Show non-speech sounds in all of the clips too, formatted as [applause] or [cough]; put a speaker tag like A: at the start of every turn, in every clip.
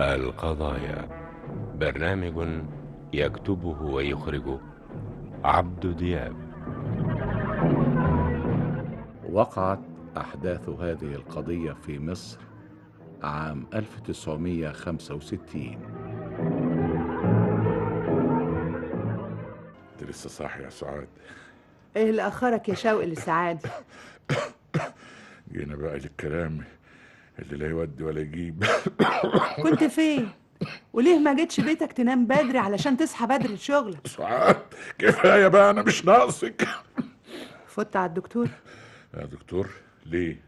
A: القضايا برنامج يكتبه ويخرجه عبد دياب
B: وقعت أحداث هذه القضية في مصر عام 1965
C: انت لسه صاحي يا سعاد
D: ايه اللي اخرك يا شوقي لسعادة
C: جينا بقى للكلام اللي لا يودي ولا يجيب [laughs]
D: كنت فين وليه ما جيتش بيتك تنام بدري علشان تصحى بدري لشغلك
C: سعاد كفايه بقى انا مش ناقصك
D: فت على الدكتور
C: يا دكتور ليه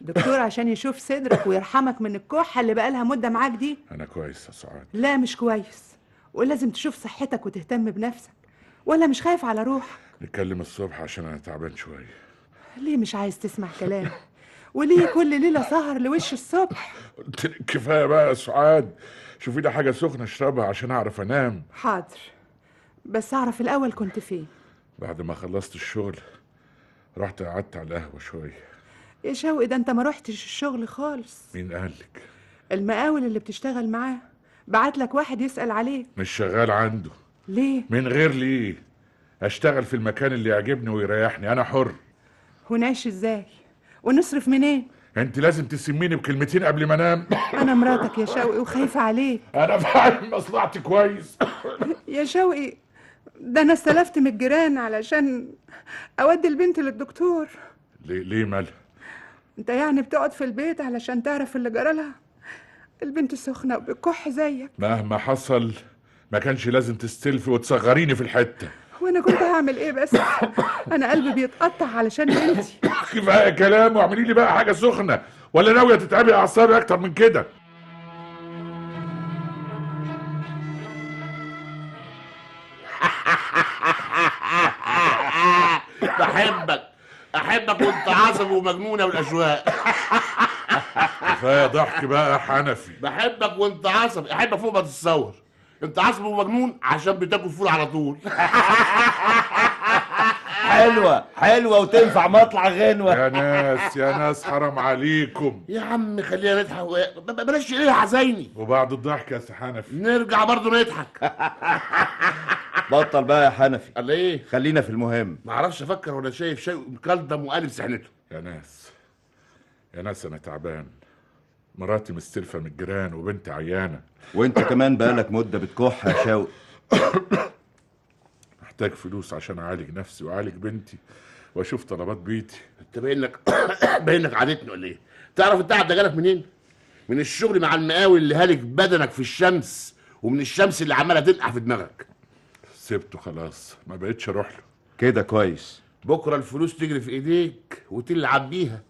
D: دكتور عشان يشوف صدرك ويرحمك من الكحة اللي بقالها مدة معاك دي
C: انا كويس يا سعاد
D: لا مش كويس ولازم تشوف صحتك وتهتم بنفسك ولا مش خايف على روحك
C: نتكلم الصبح عشان انا تعبان شويه
D: ليه مش عايز تسمع كلامي وليه كل ليلة سهر لوش الصبح
C: قلت لك كفايه بقى يا سعاد شوفي لي حاجه سخنه اشربها عشان اعرف انام
D: حاضر بس اعرف الاول كنت فين
C: بعد ما خلصت الشغل رحت قعدت على القهوه شويه
D: يا شوقي ده انت ما روحتش الشغل خالص
C: مين قالك
D: المقاول اللي بتشتغل معاه بعت لك واحد يسأل عليك
C: مش شغال عنده
D: ليه
C: من غير ليه اشتغل في المكان اللي يعجبني ويريحني انا حر
D: هنعيش ازاي ونصرف منين
C: انت لازم تسميني بكلمتين قبل ما انام [laughs]
D: انا مراتك يا شوقي وخايفه عليك
C: انا فاهم مصلحتي كويس
D: يا شوقي ده انا استلفت من الجيران علشان اودي البنت للدكتور
C: [laughs] ليه ليه مالها
D: انت يعني بتقعد في البيت علشان تعرف اللي جرالها البنت سخنه وبتكح زيك
C: مهما حصل ما كانش لازم تستلفي وتصغريني في [laughs] الحته
D: وانا كنت هعمل ايه بس انا قلبي بيتقطع علشان بنتي
C: كفايه كلام واعملي لي بقى حاجه سخنه ولا ناويه تتعبي اعصابي اكتر من [laughs] كده
E: بحبك احبك وانت عصبي ومجنونه والاجواء
C: كفايه ضحك بقى يا حنفي
E: بحبك وانت عصبي احبك فوق ما تتصور انت عصبي ومجنون عشان بتاكل فول على طول
F: حلوه حلوه وتنفع مطلع غنوه
C: يا ناس يا ناس حرام عليكم
E: يا عم خلينا نضحك و- ب- ب- بلاش ايه حزيني
C: وبعد الضحك يا سي حنفي
E: نرجع برضه نضحك
F: بطل بقى يا حنفي
E: قال ايه
F: خلينا في المهم
E: معرفش افكر وانا شايف شيء مكلدم وقالب سحنته
C: يا ناس يا ناس انا تعبان مراتي مستلفه من الجيران وبنتي عيانه
F: وانت كمان بقالك مده بتكح يا شوقي
C: محتاج فلوس عشان اعالج نفسي واعالج بنتي واشوف طلبات بيتي
E: انت باينك [coughs] باينك عادتني ولا ايه تعرف التعب ده جالك منين من الشغل مع المقاول اللي هالك بدنك في الشمس ومن الشمس اللي عماله تنقح في دماغك
C: سبته خلاص ما بقتش اروح له
F: كده كويس
E: بكره الفلوس تجري في ايديك وتلعب بيها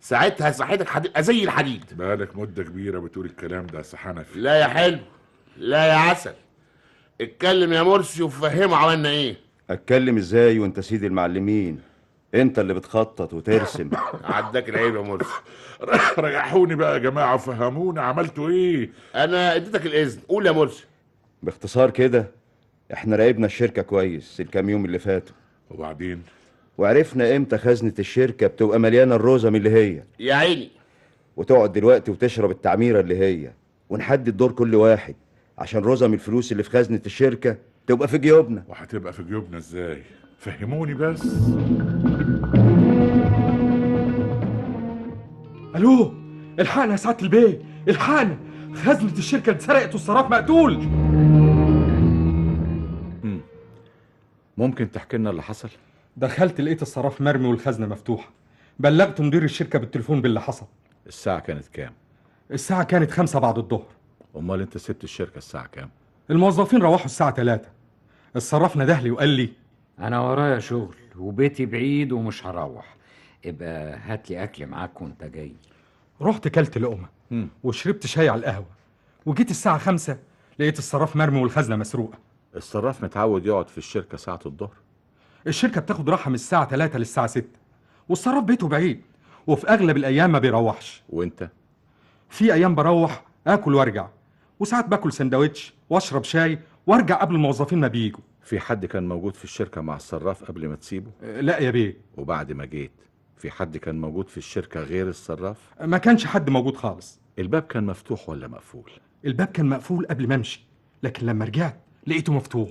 E: ساعتها صحتك هتبقى زي الحديد
C: بقالك مده كبيره بتقول الكلام ده يا سي حنفي
E: لا يا حلو لا يا عسل اتكلم يا مرسي وفهمه عملنا ايه
F: اتكلم ازاي وانت سيدي المعلمين انت اللي بتخطط وترسم
E: عداك العيب يا مرسي
C: [laughs] ريحوني بقى يا جماعه فهموني عملتوا ايه
E: انا اديتك الاذن قول يا مرسي
F: باختصار كده احنا راقبنا الشركه كويس الكام يوم اللي فاتوا
C: وبعدين
F: وعرفنا امتى خزنه الشركه بتبقى مليانه الروزه من اللي هي
E: يا عيني
F: وتقعد دلوقتي وتشرب التعميره اللي هي ونحدد دور كل واحد عشان رزم الفلوس اللي في خزنه الشركه تبقى في جيوبنا
C: وهتبقى في جيوبنا ازاي فهموني بس
G: الو الحقنا يا سعاده البيه الحقنا خزنه الشركه اتسرقت والصراف مقتول
B: ممكن تحكي لنا اللي حصل؟
G: دخلت لقيت الصراف مرمي والخزنه مفتوحه بلغت مدير الشركه بالتليفون باللي حصل
B: الساعة كانت كام؟
G: الساعه كانت خمسة بعد الظهر
B: أمال أنت سبت الشركة الساعة كام؟
G: الموظفين روحوا الساعه 3 الصراف ندهلي وقال لي
H: انا ورايا شغل وبيتي بعيد ومش هروح ابقى هات لي اكل معاك وانت جاي
G: رحت كلت لقمه
B: مم.
G: وشربت شاي على القهوه وجيت الساعه خمسة لقيت الصراف مرمي والخزنه مسروقه
B: الصراف متعود يقعد في الشركة ساعة الظهر
G: الشركه بتاخد راحه من الساعه 3 للساعه 6 والصراف بيته بعيد وفي اغلب الايام ما بيروحش
B: وأنت؟
G: في ايام بروح اكل وارجع وساعات باكل سندوتش واشرب شاي وارجع قبل الموظفين ما بيجوا
B: في حد كان موجود في الشركة مع الصراف قبل ما تسيبه؟
G: أه، لا يا بيه
B: وبعد ما جيت في حد كان موجود في الشركة غير الصراف؟
G: ما كانش حد موجود خالص
B: الباب كان مفتوح ولا مقفول؟
G: الباب كان مقفول قبل ما امشي لكن لما رجعت لقيته مفتوح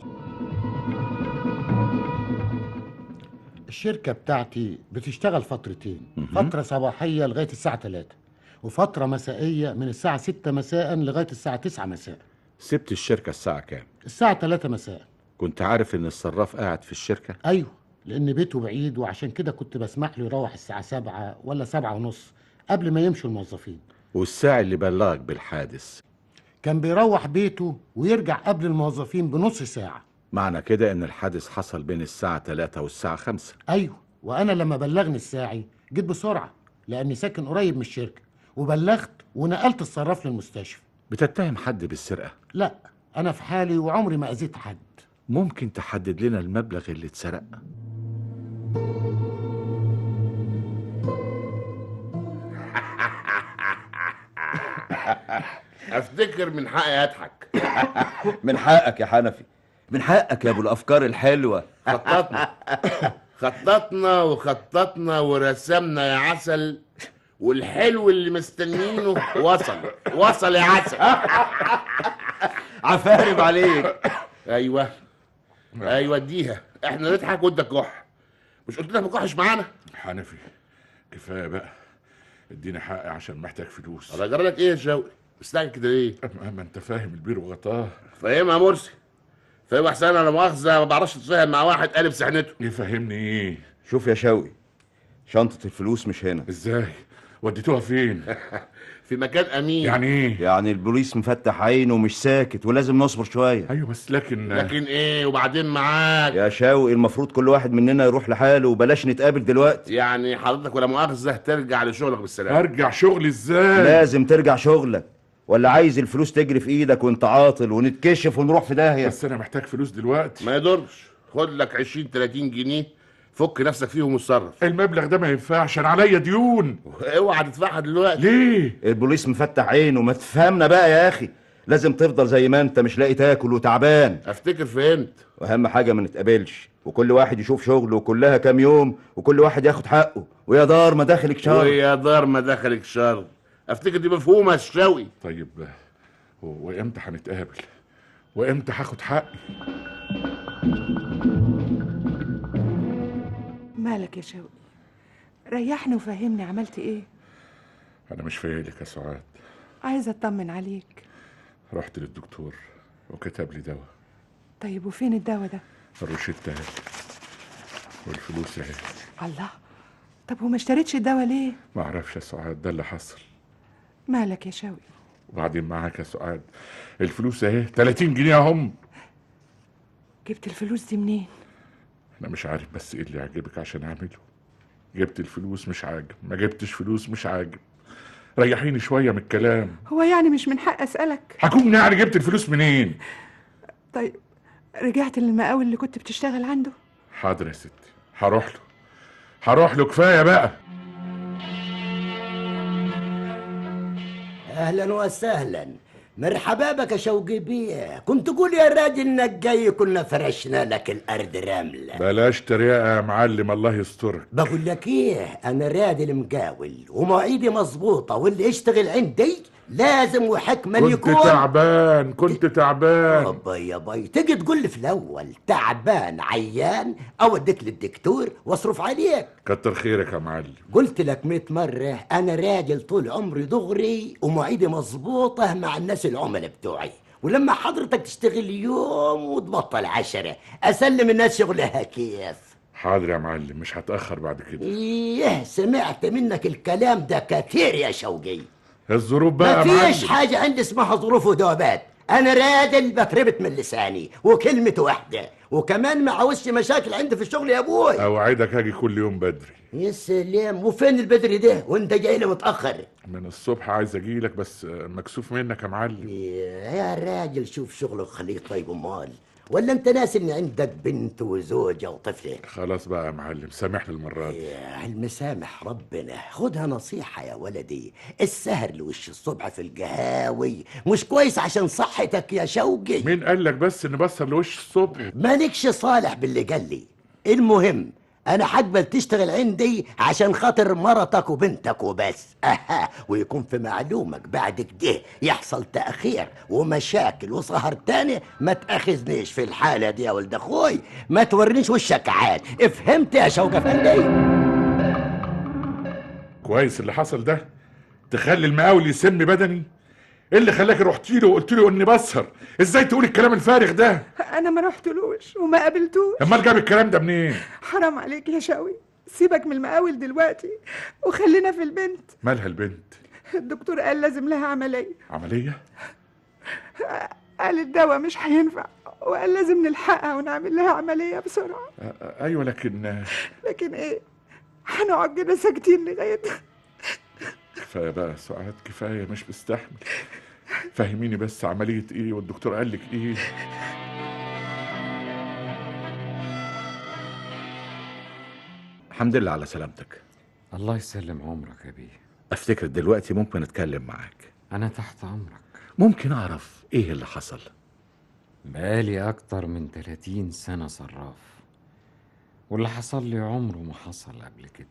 I: الشركة بتاعتي بتشتغل فترتين
B: مهم.
I: فترة صباحية لغاية الساعة 3 وفترة مسائية من الساعة 6 مساء لغاية الساعة 9 مساء
B: سبت الشركة الساعة كام؟
I: الساعة 3 مساء
B: كنت عارف إن الصراف قاعد في الشركة؟
I: أيوة لأن بيته بعيد وعشان كده كنت بسمح له يروح الساعة 7 ولا 7 ونص قبل ما يمشوا الموظفين
B: والساعي اللي بلغك بالحادث
I: كان بيروح بيته ويرجع قبل الموظفين بنص ساعة
B: معنى كده إن الحادث حصل بين الساعة 3 والساعة 5
I: أيوة وأنا لما بلغني الساعي جيت بسرعة لأني ساكن قريب من الشركة وبلغت ونقلت الصراف للمستشفى
B: بتتهم حد بالسرقة
I: لا أنا في حالي وعمري ما أذيت حد
B: ممكن تحدد لنا المبلغ اللي اتسرق؟
E: افتكر من حقي اضحك
F: من حقك يا حنفي من حقك يا ابو الافكار الحلوه
E: خططنا خططنا وخططنا ورسمنا يا عسل والحلو اللي مستنيينه وصل وصل يا عسل
F: عفارب عليك نعم.
E: ايوه ايوه اديها احنا نضحك وانت تكح مش قلت لك ما تكحش معانا
C: حنفي كفايه بقى اديني حقي عشان محتاج فلوس
E: الله يجرى لك ايه يا شوقي مستعجل كده ليه
C: ما ما انت فاهم البير وغطاه
E: فاهمها مرسي فاهم احسن انا لا مؤاخذه ما بعرفش اتفاهم مع واحد قالب سحنته
C: إيه، يفهمني ايه
F: شوف يا شوقي شنطه الفلوس مش هنا
C: ازاي وديتوها فين
E: في مكان امين
C: يعني ايه
F: يعني البوليس مفتح عينه ومش ساكت ولازم نصبر شويه
C: ايوه بس لكن
F: إيه؟
E: لكن ايه وبعدين معاك
F: يا شوقي المفروض كل واحد مننا يروح لحاله وبلاش نتقابل دلوقتي
E: يعني حضرتك ولا مؤاخذه ترجع لشغلك بالسلامه
C: ارجع شغلي ازاي
F: لازم ترجع شغلك ولا عايز الفلوس تجري في ايدك وانت عاطل ونتكشف ونروح في داهيه
C: بس انا محتاج فلوس دلوقتي
E: إيه. ما يضرش خد لك 20 30 جنيه فك نفسك فيهم وتصرف
C: المبلغ ده ما ينفعش انا عليا ديون
E: اوعى تدفعها دلوقتي
C: ليه
F: البوليس مفتح عينه ما تفهمنا بقى يا اخي لازم تفضل زي ما انت مش لاقي تاكل وتعبان
E: افتكر فهمت
F: واهم حاجه ما نتقابلش وكل واحد يشوف شغله وكلها كام يوم وكل واحد ياخد حقه ويا دار ما داخلك شر
E: ويا دار ما دخلك شر افتكر دي مفهومه يا الشاوي
C: طيب و- وامتى هنتقابل وامتى هاخد حقي
D: مالك يا شوقي ريحني وفهمني عملت ايه
C: انا مش فايقلك يا سعاد
D: عايزه اطمن عليك
C: رحت للدكتور وكتب لي دواء
D: طيب وفين الدواء ده
C: الروشته اهي والفلوس اهي
D: الله طب وما اشتريتش الدواء ليه
C: ما اعرفش يا سعاد ده اللي حصل
D: مالك يا شوقي
C: وبعدين معاك يا سعاد الفلوس اهي 30 جنيه اهم
D: جبت الفلوس دي منين
C: انا مش عارف بس ايه اللي يعجبك عشان اعمله جبت الفلوس مش عاجب ما جبتش فلوس مش عاجب ريحيني شويه من الكلام
D: هو يعني مش من حق اسالك
C: هكون يعني جبت الفلوس منين
D: طيب رجعت للمقاول اللي كنت بتشتغل عنده
C: حاضر يا ستي هروح له هروح له كفايه بقى
J: اهلا وسهلا مرحبا بك يا شوقي بيه كنت تقول يا راجل انك جاي كنا فرشنا لك الارض رمله
C: بلاش تريقه يا معلم الله يسترك
J: بقول لك ايه انا رادل مقاول ومواعيدي مظبوطه واللي يشتغل عندي لازم وحكما
C: كنت
J: يكون
C: تعبان كنت تعبان
J: يابا يا باي تيجي تقول لي في الاول تعبان عيان اوديك للدكتور واصرف عليك
C: كتر خيرك يا معلم
J: قلت لك 100 مرة أنا راجل طول عمري دغري ومواعيدي مظبوطة مع الناس العملاء بتوعي ولما حضرتك تشتغل يوم وتبطل عشرة أسلم الناس شغلها كيف
C: حاضر يا معلم مش هتاخر بعد كده
J: إيه سمعت منك الكلام ده كتير يا شوقي
C: الظروف بقى
J: ما
C: يا
J: فيش
C: معلم
J: حاجة عندي اسمها ظروف ودوبات أنا راجل بتربط من لساني وكلمة واحدة وكمان ما عاوزش مشاكل عندي في الشغل يا أبوي
C: اوعدك هاجي كل يوم بدري
J: يا سلام وفين البدري ده وأنت جاي لي متأخر
C: من الصبح عايز اجيلك بس مكسوف منك يا معلم
J: يا راجل شوف شغلك خليه طيب امال ولا انت ناس ان عندك بنت وزوجه وطفل
C: خلاص بقى يا معلم سامحني المرة دي
J: يا المسامح ربنا خدها نصيحة يا ولدي السهر لوش الصبح في القهاوي مش كويس عشان صحتك يا شوقي
C: مين قال لك بس ان بسهر لوش الصبح
J: مالكش صالح باللي قال لي المهم انا حاجبك تشتغل عندي عشان خاطر مرتك وبنتك وبس [laughs] أها ويكون في معلومك بعد كده يحصل تاخير ومشاكل وسهر تاني ما تاخذنيش في الحاله دي يا ولد اخوي ما تورنيش وشك عاد فهمت يا شوكه فندي
C: كويس اللي حصل ده تخلي المقاول يسم بدني ايه اللي خلاك رحت له وقلت له اني بسهر ازاي تقول الكلام الفارغ ده
D: انا ما رحتلوش وما قابلتوش
C: امال جاب الكلام ده منين
D: حرام عليك يا شوقي سيبك من المقاول دلوقتي وخلينا في البنت
C: مالها البنت
D: الدكتور قال لازم لها عمليه
C: عمليه
D: قال الدواء مش هينفع وقال لازم نلحقها ونعمل لها عمليه بسرعه
C: أ- أ- ايوه لكن
D: لكن ايه هنقعد كده ساكتين لغايه
C: كفايه بقى سعاد كفايه مش مستحمل فهميني بس عمليه ايه والدكتور قال لك ايه
B: الحمد لله على سلامتك
H: الله يسلم عمرك يا بيه
B: افتكر دلوقتي ممكن اتكلم معاك
H: انا تحت امرك
B: ممكن اعرف ايه اللي حصل
H: بقالي اكتر من 30 سنه صراف واللي حصل لي عمره ما حصل قبل كده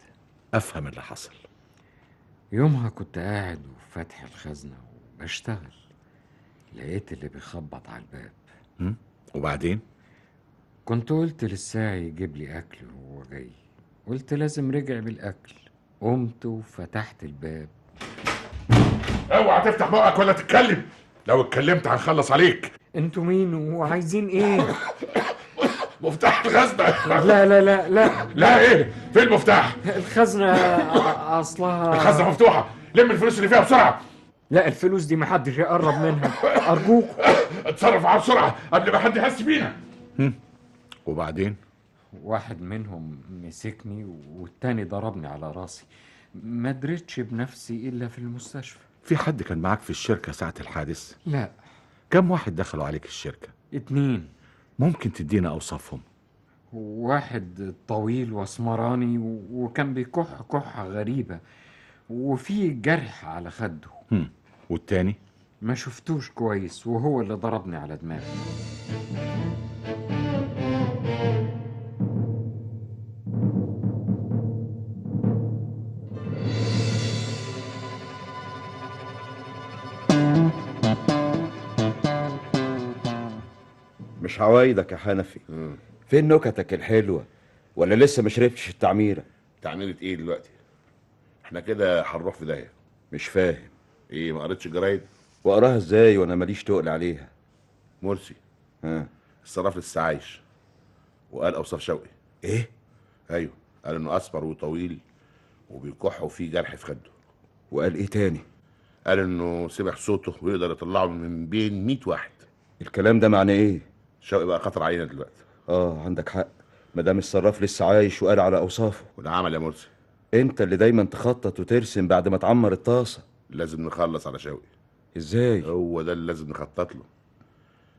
B: افهم اللي حصل
H: يومها كنت قاعد وفاتح الخزنة وبشتغل لقيت اللي بيخبط على الباب
B: هم؟ وبعدين
H: كنت قلت للساعي يجيب لي أكل وهو جاي قلت لازم رجع بالأكل قمت وفتحت الباب
C: اوعى تفتح بقك ولا تتكلم لو اتكلمت هنخلص عليك
H: انتوا مين وعايزين ايه؟
C: مفتاح الخزنه
H: لا لا لا لا
C: لا ايه فين المفتاح
H: الخزنة أصلها
C: الخزنه مفتوحه لم الفلوس اللي فيها بسرعه
H: لا الفلوس دي محدش يقرب منها أرجوك
C: اتصرف على بسرعه قبل ما حد يحس بينا
B: وبعدين
H: واحد منهم مسكني والتاني ضربني على راسي ما دريتش بنفسي إلا في المستشفى
B: في حد كان معاك في الشركه ساعه الحادث
H: لا
B: كم واحد دخلوا عليك الشركه
H: اتنين
B: ممكن تدينا اوصافهم
H: واحد طويل واسمراني و- وكان بيكح كحة غريبة وفي جرح على خده
B: هم. والتاني
H: ما شفتوش كويس وهو اللي ضربني على دماغي
F: مش عوايدك يا حنفي فين نكتك الحلوه ولا لسه ما شربتش التعميره
E: تعميرة ايه دلوقتي احنا كده هنروح في داهيه
F: مش فاهم
E: ايه ما قريتش الجرايد
F: واقراها ازاي وانا ماليش تقل عليها
E: مرسي
F: ها
E: الصراف لسه عايش وقال اوصاف شوقي
F: ايه
E: ايوه قال انه اسمر وطويل وبيكح وفيه جرح في خده
F: وقال ايه تاني
E: قال انه سمع صوته ويقدر يطلعه من بين 100 واحد
F: الكلام ده معناه ايه
E: شوقي بقى خطر علينا دلوقتي
F: اه عندك حق مدام الصراف لسه عايش وقال على اوصافه
E: والعمل يا مرسي
F: انت اللي دايما تخطط وترسم بعد ما تعمر الطاسه
E: لازم نخلص على شوقي
F: ازاي
E: هو ده اللي لازم نخطط له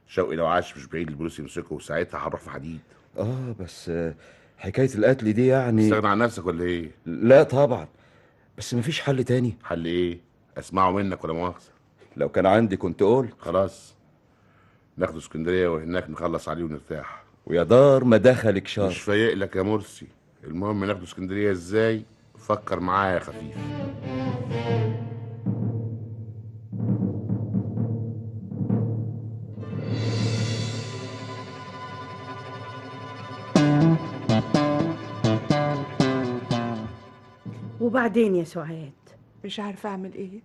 E: شوقي لو عاش مش بعيد البوليس يمسكه وساعتها هنروح في حديد
F: اه بس آه، حكايه القتل دي يعني
E: تستغنى عن نفسك ولا ايه
F: لا طبعا بس مفيش حل تاني
E: حل ايه اسمعه منك ولا مؤاخذه
F: لو كان عندي كنت قلت
E: خلاص ناخده اسكندريه وهناك نخلص عليه ونرتاح
F: ويا دار ما دخلك
E: مش
F: شر
E: فايق لك يا مرسي المهم ناخده اسكندريه ازاي فكر معايا يا خفيف
K: وبعدين يا سعاد
D: مش عارفه اعمل ايه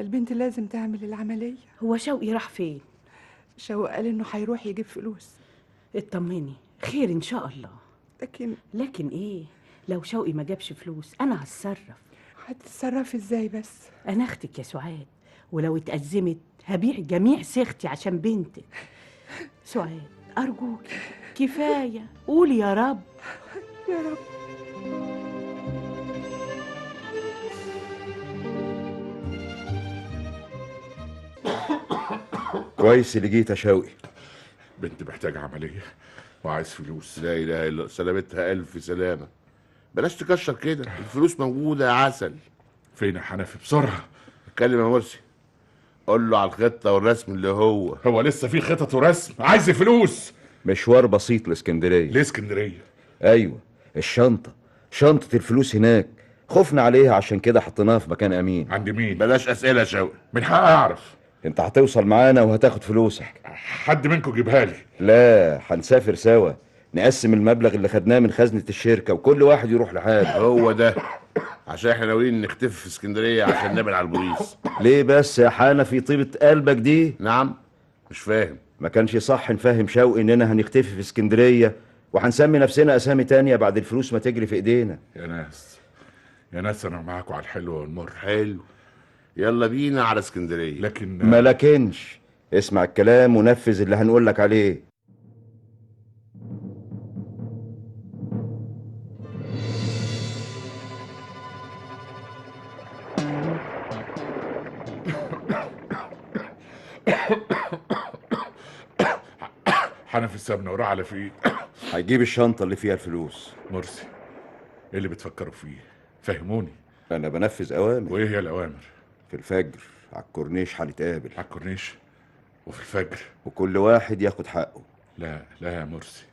D: البنت لازم تعمل العمليه
K: هو شوقي راح فين
D: شوقي قال انه هيروح يجيب فلوس
K: اطمني خير ان شاء الله
D: لكن
K: لكن ايه لو شوقي ما جابش فلوس انا هتصرف
D: هتتصرف ازاي بس
K: انا اختك يا سعاد ولو اتأزمت هبيع جميع سيختي عشان بنتك سعاد ارجوك كفايه قولي يا رب
D: يا رب
F: كويس اللي جيت يا شوقي
C: بنت محتاجه عمليه وعايز فلوس
E: لا اله الا الله سلامتها الف سلامه بلاش تكشر كده الفلوس موجوده يا عسل
C: فين يا حنفي بسرعه
E: اتكلم يا مرسي قول له على الخطه والرسم اللي هو
C: هو لسه في خطط ورسم عايز فلوس
F: مشوار بسيط لاسكندريه
C: ليه اسكندريه
F: ايوه الشنطة شنطة الفلوس هناك خفنا عليها عشان كده حطيناها في مكان أمين
C: عند مين؟ بلاش أسئلة يا شوقي من حقي أعرف
F: أنت هتوصل معانا وهتاخد فلوسك
C: حد منكم جيبها لي
F: لا هنسافر سوا نقسم المبلغ اللي خدناه من خزنة الشركة وكل واحد يروح لحاله
E: هو ده عشان احنا ناويين نختفي في اسكندريه عشان نبعد على البوليس
F: ليه بس يا حانا في طيبة قلبك دي؟
E: نعم مش فاهم
F: ما كانش صح نفهم شوقي إننا هنختفي في اسكندرية وهنسمي نفسنا أسامي تانية بعد الفلوس ما تجري في إيدينا
C: يا ناس يا ناس أنا معاكم على الحلو والمر
E: حلو يلا بينا على اسكندريه
C: لكن
F: ما لكنش اسمع الكلام ونفذ اللي هنقولك عليه
C: حنفي سابنا وراه على فيه
F: هتجيب الشنطة اللي فيها الفلوس
C: مرسي ايه اللي بتفكروا فيه؟ فهموني
F: أنا بنفذ أوامر
C: وايه هي الأوامر؟
F: في الفجر على الكورنيش هنتقابل
C: على الكورنيش وفي الفجر
F: وكل واحد ياخد حقه
C: لا لا يا مرسي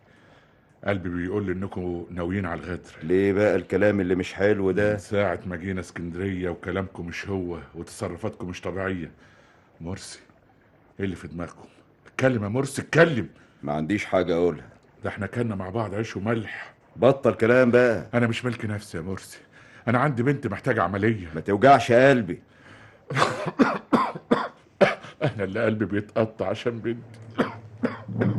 C: قلبي بيقول لي انكم ناويين على الغدر
F: ليه بقى الكلام اللي مش حلو
C: من
F: ده
C: ساعة ما جينا اسكندرية وكلامكم مش هو وتصرفاتكم مش طبيعية مرسي ايه اللي في دماغكم؟ اتكلم يا مرسي اتكلم
F: ما عنديش حاجة أقولها
C: ده احنا كنا مع بعض عيش وملح
F: بطل كلام بقى
C: انا مش ملك نفسي يا مرسي انا عندي بنت محتاجة عملية
F: ما توجعش قلبي
C: انا اللي قلبي بيتقطع عشان بنتي [coughs]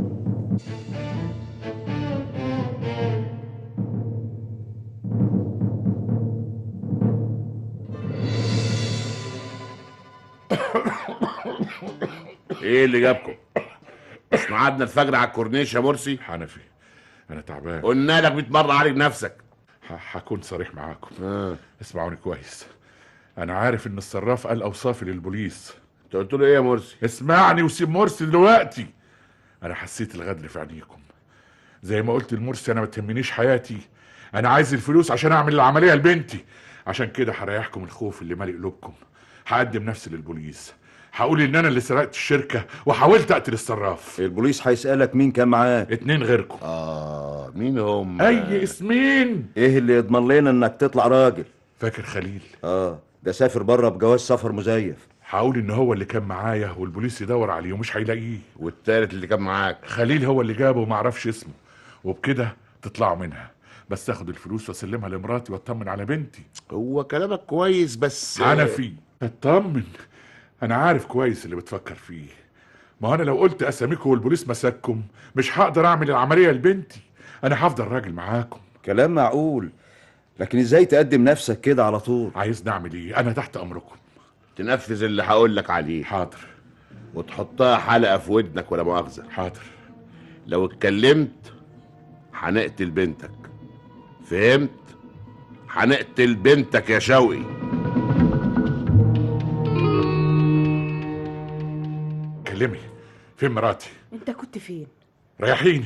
C: إيه
E: ايه اللي جابكم؟ مش ميعادنا الفجر على الكورنيش يا مرسي
C: حنفي انا تعبان
E: قلنا لك 100 مرة عالج نفسك
C: ه- هكون صريح معاكم
E: آه.
C: اسمعوني كويس انا عارف ان الصراف قال اوصافي للبوليس
E: انت قلت له ايه يا مرسي؟
C: اسمعني وسيب مرسي دلوقتي انا حسيت الغدر في عينيكم زي ما قلت لمرسي انا ما تهمنيش حياتي انا عايز الفلوس عشان اعمل العمليه لبنتي عشان كده هريحكم الخوف اللي مالي قلوبكم هقدم نفسي للبوليس هقول ان انا اللي سرقت الشركه وحاولت اقتل الصراف
F: البوليس هيسألك مين كان معاك
C: اتنين غيركم
E: اه مين هم؟
C: اي اسمين
F: ايه اللي يضمن لنا انك تطلع راجل
C: فاكر خليل
F: اه ده سافر بره بجواز سفر مزيف
C: هقول ان هو اللي كان معايا والبوليس يدور عليه ومش هيلاقيه
E: والتالت اللي كان معاك
C: خليل هو اللي جابه وما اعرفش اسمه وبكده تطلعوا منها بس اخد الفلوس واسلمها لمراتي واطمن على بنتي
E: هو كلامك كويس بس
C: حنفي اطمن انا عارف كويس اللي بتفكر فيه ما هو انا لو قلت اساميكم والبوليس مسككم مش هقدر اعمل العمليه لبنتي انا هفضل راجل معاكم
F: كلام معقول لكن ازاي تقدم نفسك كده على طول
C: عايز نعمل ايه انا تحت امركم
E: تنفذ اللي هقول لك عليه
C: حاضر
E: وتحطها حلقة في ودنك ولا مؤاخذة
C: حاضر
E: لو اتكلمت هنقتل بنتك فهمت؟ هنقتل بنتك يا شوقي
C: كلمي فين مراتي
K: انت كنت فين
C: ريحيني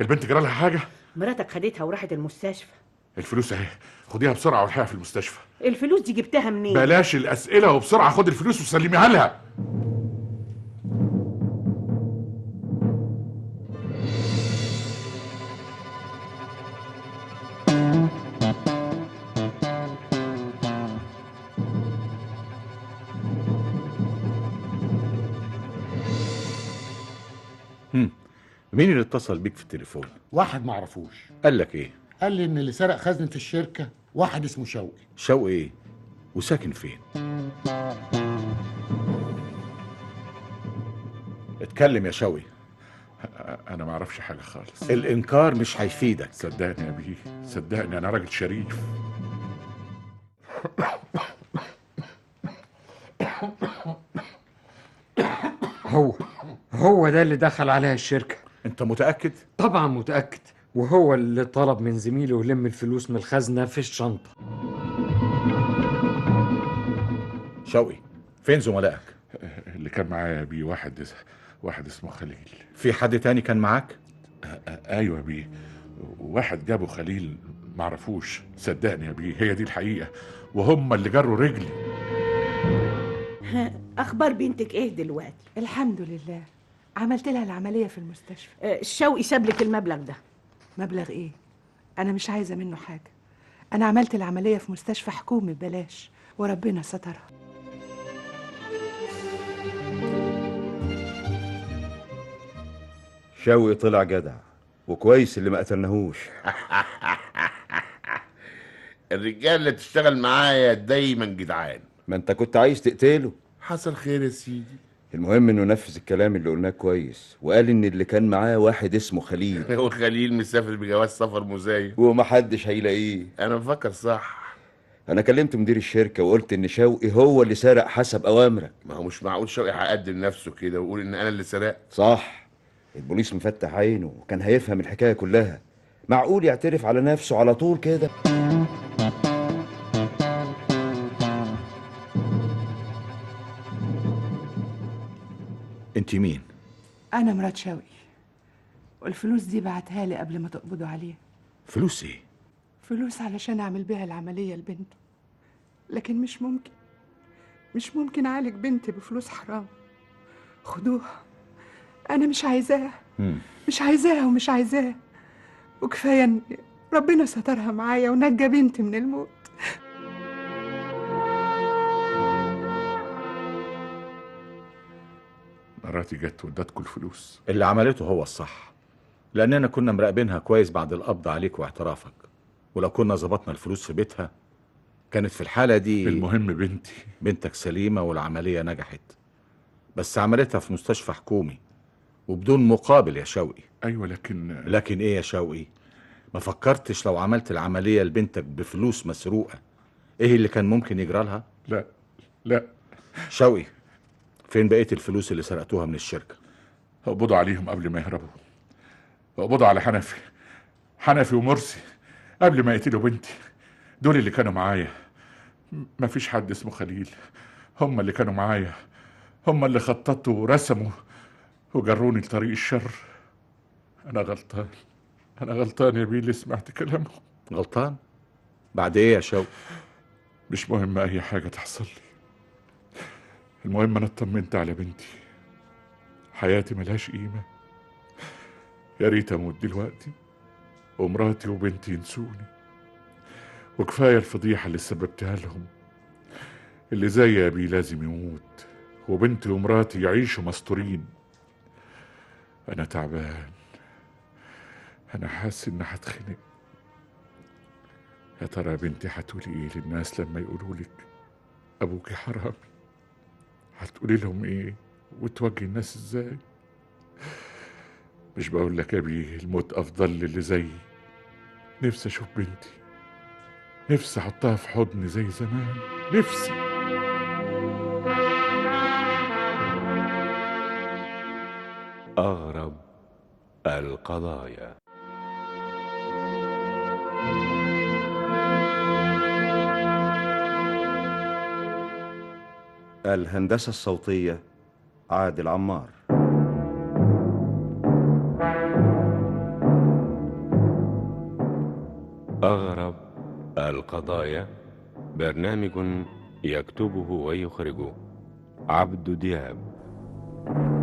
C: البنت جرالها حاجه
K: مراتك خدتها وراحت المستشفى
C: الفلوس اهي خديها بسرعه والحقها في المستشفى
K: الفلوس دي جبتها منين
C: بلاش الأسئلة وبسرعة خد الفلوس وسلميها لها
B: مين اللي اتصل بيك في التليفون
I: واحد معرفوش
B: قال لك ايه
I: قال لي ان اللي سرق خزنة الشركة واحد اسمه شوقي
B: شوقي ايه وساكن فين اتكلم يا شوقي
C: أنا ما أعرفش حاجة خالص
B: الانكار مش هيفيدك
C: صدقني يا بيه صدقني أنا راجل شريف
H: هو هو ده اللي دخل عليها الشركة
B: انت متاكد
H: طبعا متأكد وهو اللي طلب من زميله يلم الفلوس من الخزنة في الشنطة
B: شوقي فين زملائك
C: اللي كان معايا يا بيه واحد واحد اسمه خليل
B: في حد تاني كان معاك
C: أيوة يا بيه واحد جابه خليل معرفوش صدقني يا بيه هي دي الحقيقة وهم اللي جروا رجلي
K: اخبار بنتك ايه دلوقتي
D: الحمد لله
K: أه،
D: عملت لها العملية في المستشفى
K: آه، الشوقي ساب لك المبلغ ده
D: مبلغ ايه أنا مش عايزة منه حاجة أنا عملت العملية في مستشفى حكومي ببلاش وربنا سترها
F: شوقي طلع جدع وكويس اللي ما قتلناهوش
E: الرجال اللي تشتغل معايا دايما جدعان
F: ما انت كنت عايز تقتله
E: حصل خير يا سيدي
F: المهم انه نفذ الكلام اللي قلناه كويس وقال ان اللي كان معاه واحد اسمه خليل
E: هو خليل مسافر بجواز سفر مزايد
F: ومحدش هيلاقيه
E: انا مفكر صح
F: انا كلمت مدير الشركه وقلت ان شوقي هو اللي سرق حسب اوامرك
E: ما هو مش معقول شوقي هيقدم نفسه كده ويقول ان انا اللي سرقت
F: صح البوليس مفتح عينه وكان هيفهم الحكايه كلها معقول يعترف على نفسه على طول كده
B: انت مين
D: أنا مرات شوقي والفلوس دي بعتها لي قبل ما تقبضوا عليها
B: فلوس ايه
D: فلوس علشان أعمل بيها العملية لبنته لكن مش ممكن مش ممكن أعالج بنتي بفلوس حرام خدوها أنا مش عايزاها
B: مم.
D: مش عايزاها ومش عايزاها وكفاية إن ربنا سترها معايا ونجى بنتي من الموت
C: مراتي جت وادتكم الفلوس
B: اللي عملته هو الصح لاننا كنا مراقبينها كويس بعد القبض عليك واعترافك ولو كنا ظبطنا الفلوس في بيتها كانت في الحاله
E: إيه؟
B: دي
C: المهم بنتي
B: بنتك سليمه والعمليه نجحت بس عملتها في مستشفى حكومي وبدون مقابل يا شوقي
C: ايوه لكن
B: لكن ايه يا شوقي ما فكرتش لو عملت العمليه لبنتك بفلوس مسروقه ايه اللي كان ممكن يجرى لها
C: لا لا
B: شوقي فين بقيه الفلوس اللي سرقتوها من الشركه
C: اقبضوا عليهم قبل ما يهربوا اقبضوا على حنفي حنفي ومرسي قبل ما يقتلوا بنتي دول اللي كانوا معايا م- مفيش حد اسمه خليل هم اللي كانوا معايا هم اللي خططوا ورسموا وجروني لطريق الشر انا غلطان انا غلطان يا بيه اللي سمعت كلامه
B: غلطان بعد ايه يا شوقي
C: مش مهم اي حاجه تحصل لي المهم انا اطمنت على بنتي حياتي ملهاش قيمه يا ريت اموت دلوقتي ومراتي وبنتي ينسوني وكفايه الفضيحه اللي سببتها لهم اللي زي ابي لازم يموت وبنتي ومراتي يعيشوا مستورين انا تعبان انا حاسس اني هتخنق يا ترى بنتي هتقولي ايه للناس لما يقولوا لك ابوكي حرامي هتقولي لهم ايه وتوجه الناس ازاي مش بقول لك يا بيه الموت افضل للي زيي نفسي اشوف بنتي نفسي احطها في حضني زي زمان نفسي
A: أغرب القضايا
F: الهندسه الصوتيه عادل عمار
A: أغرب القضايا برنامج يكتبه ويخرجه عبد دياب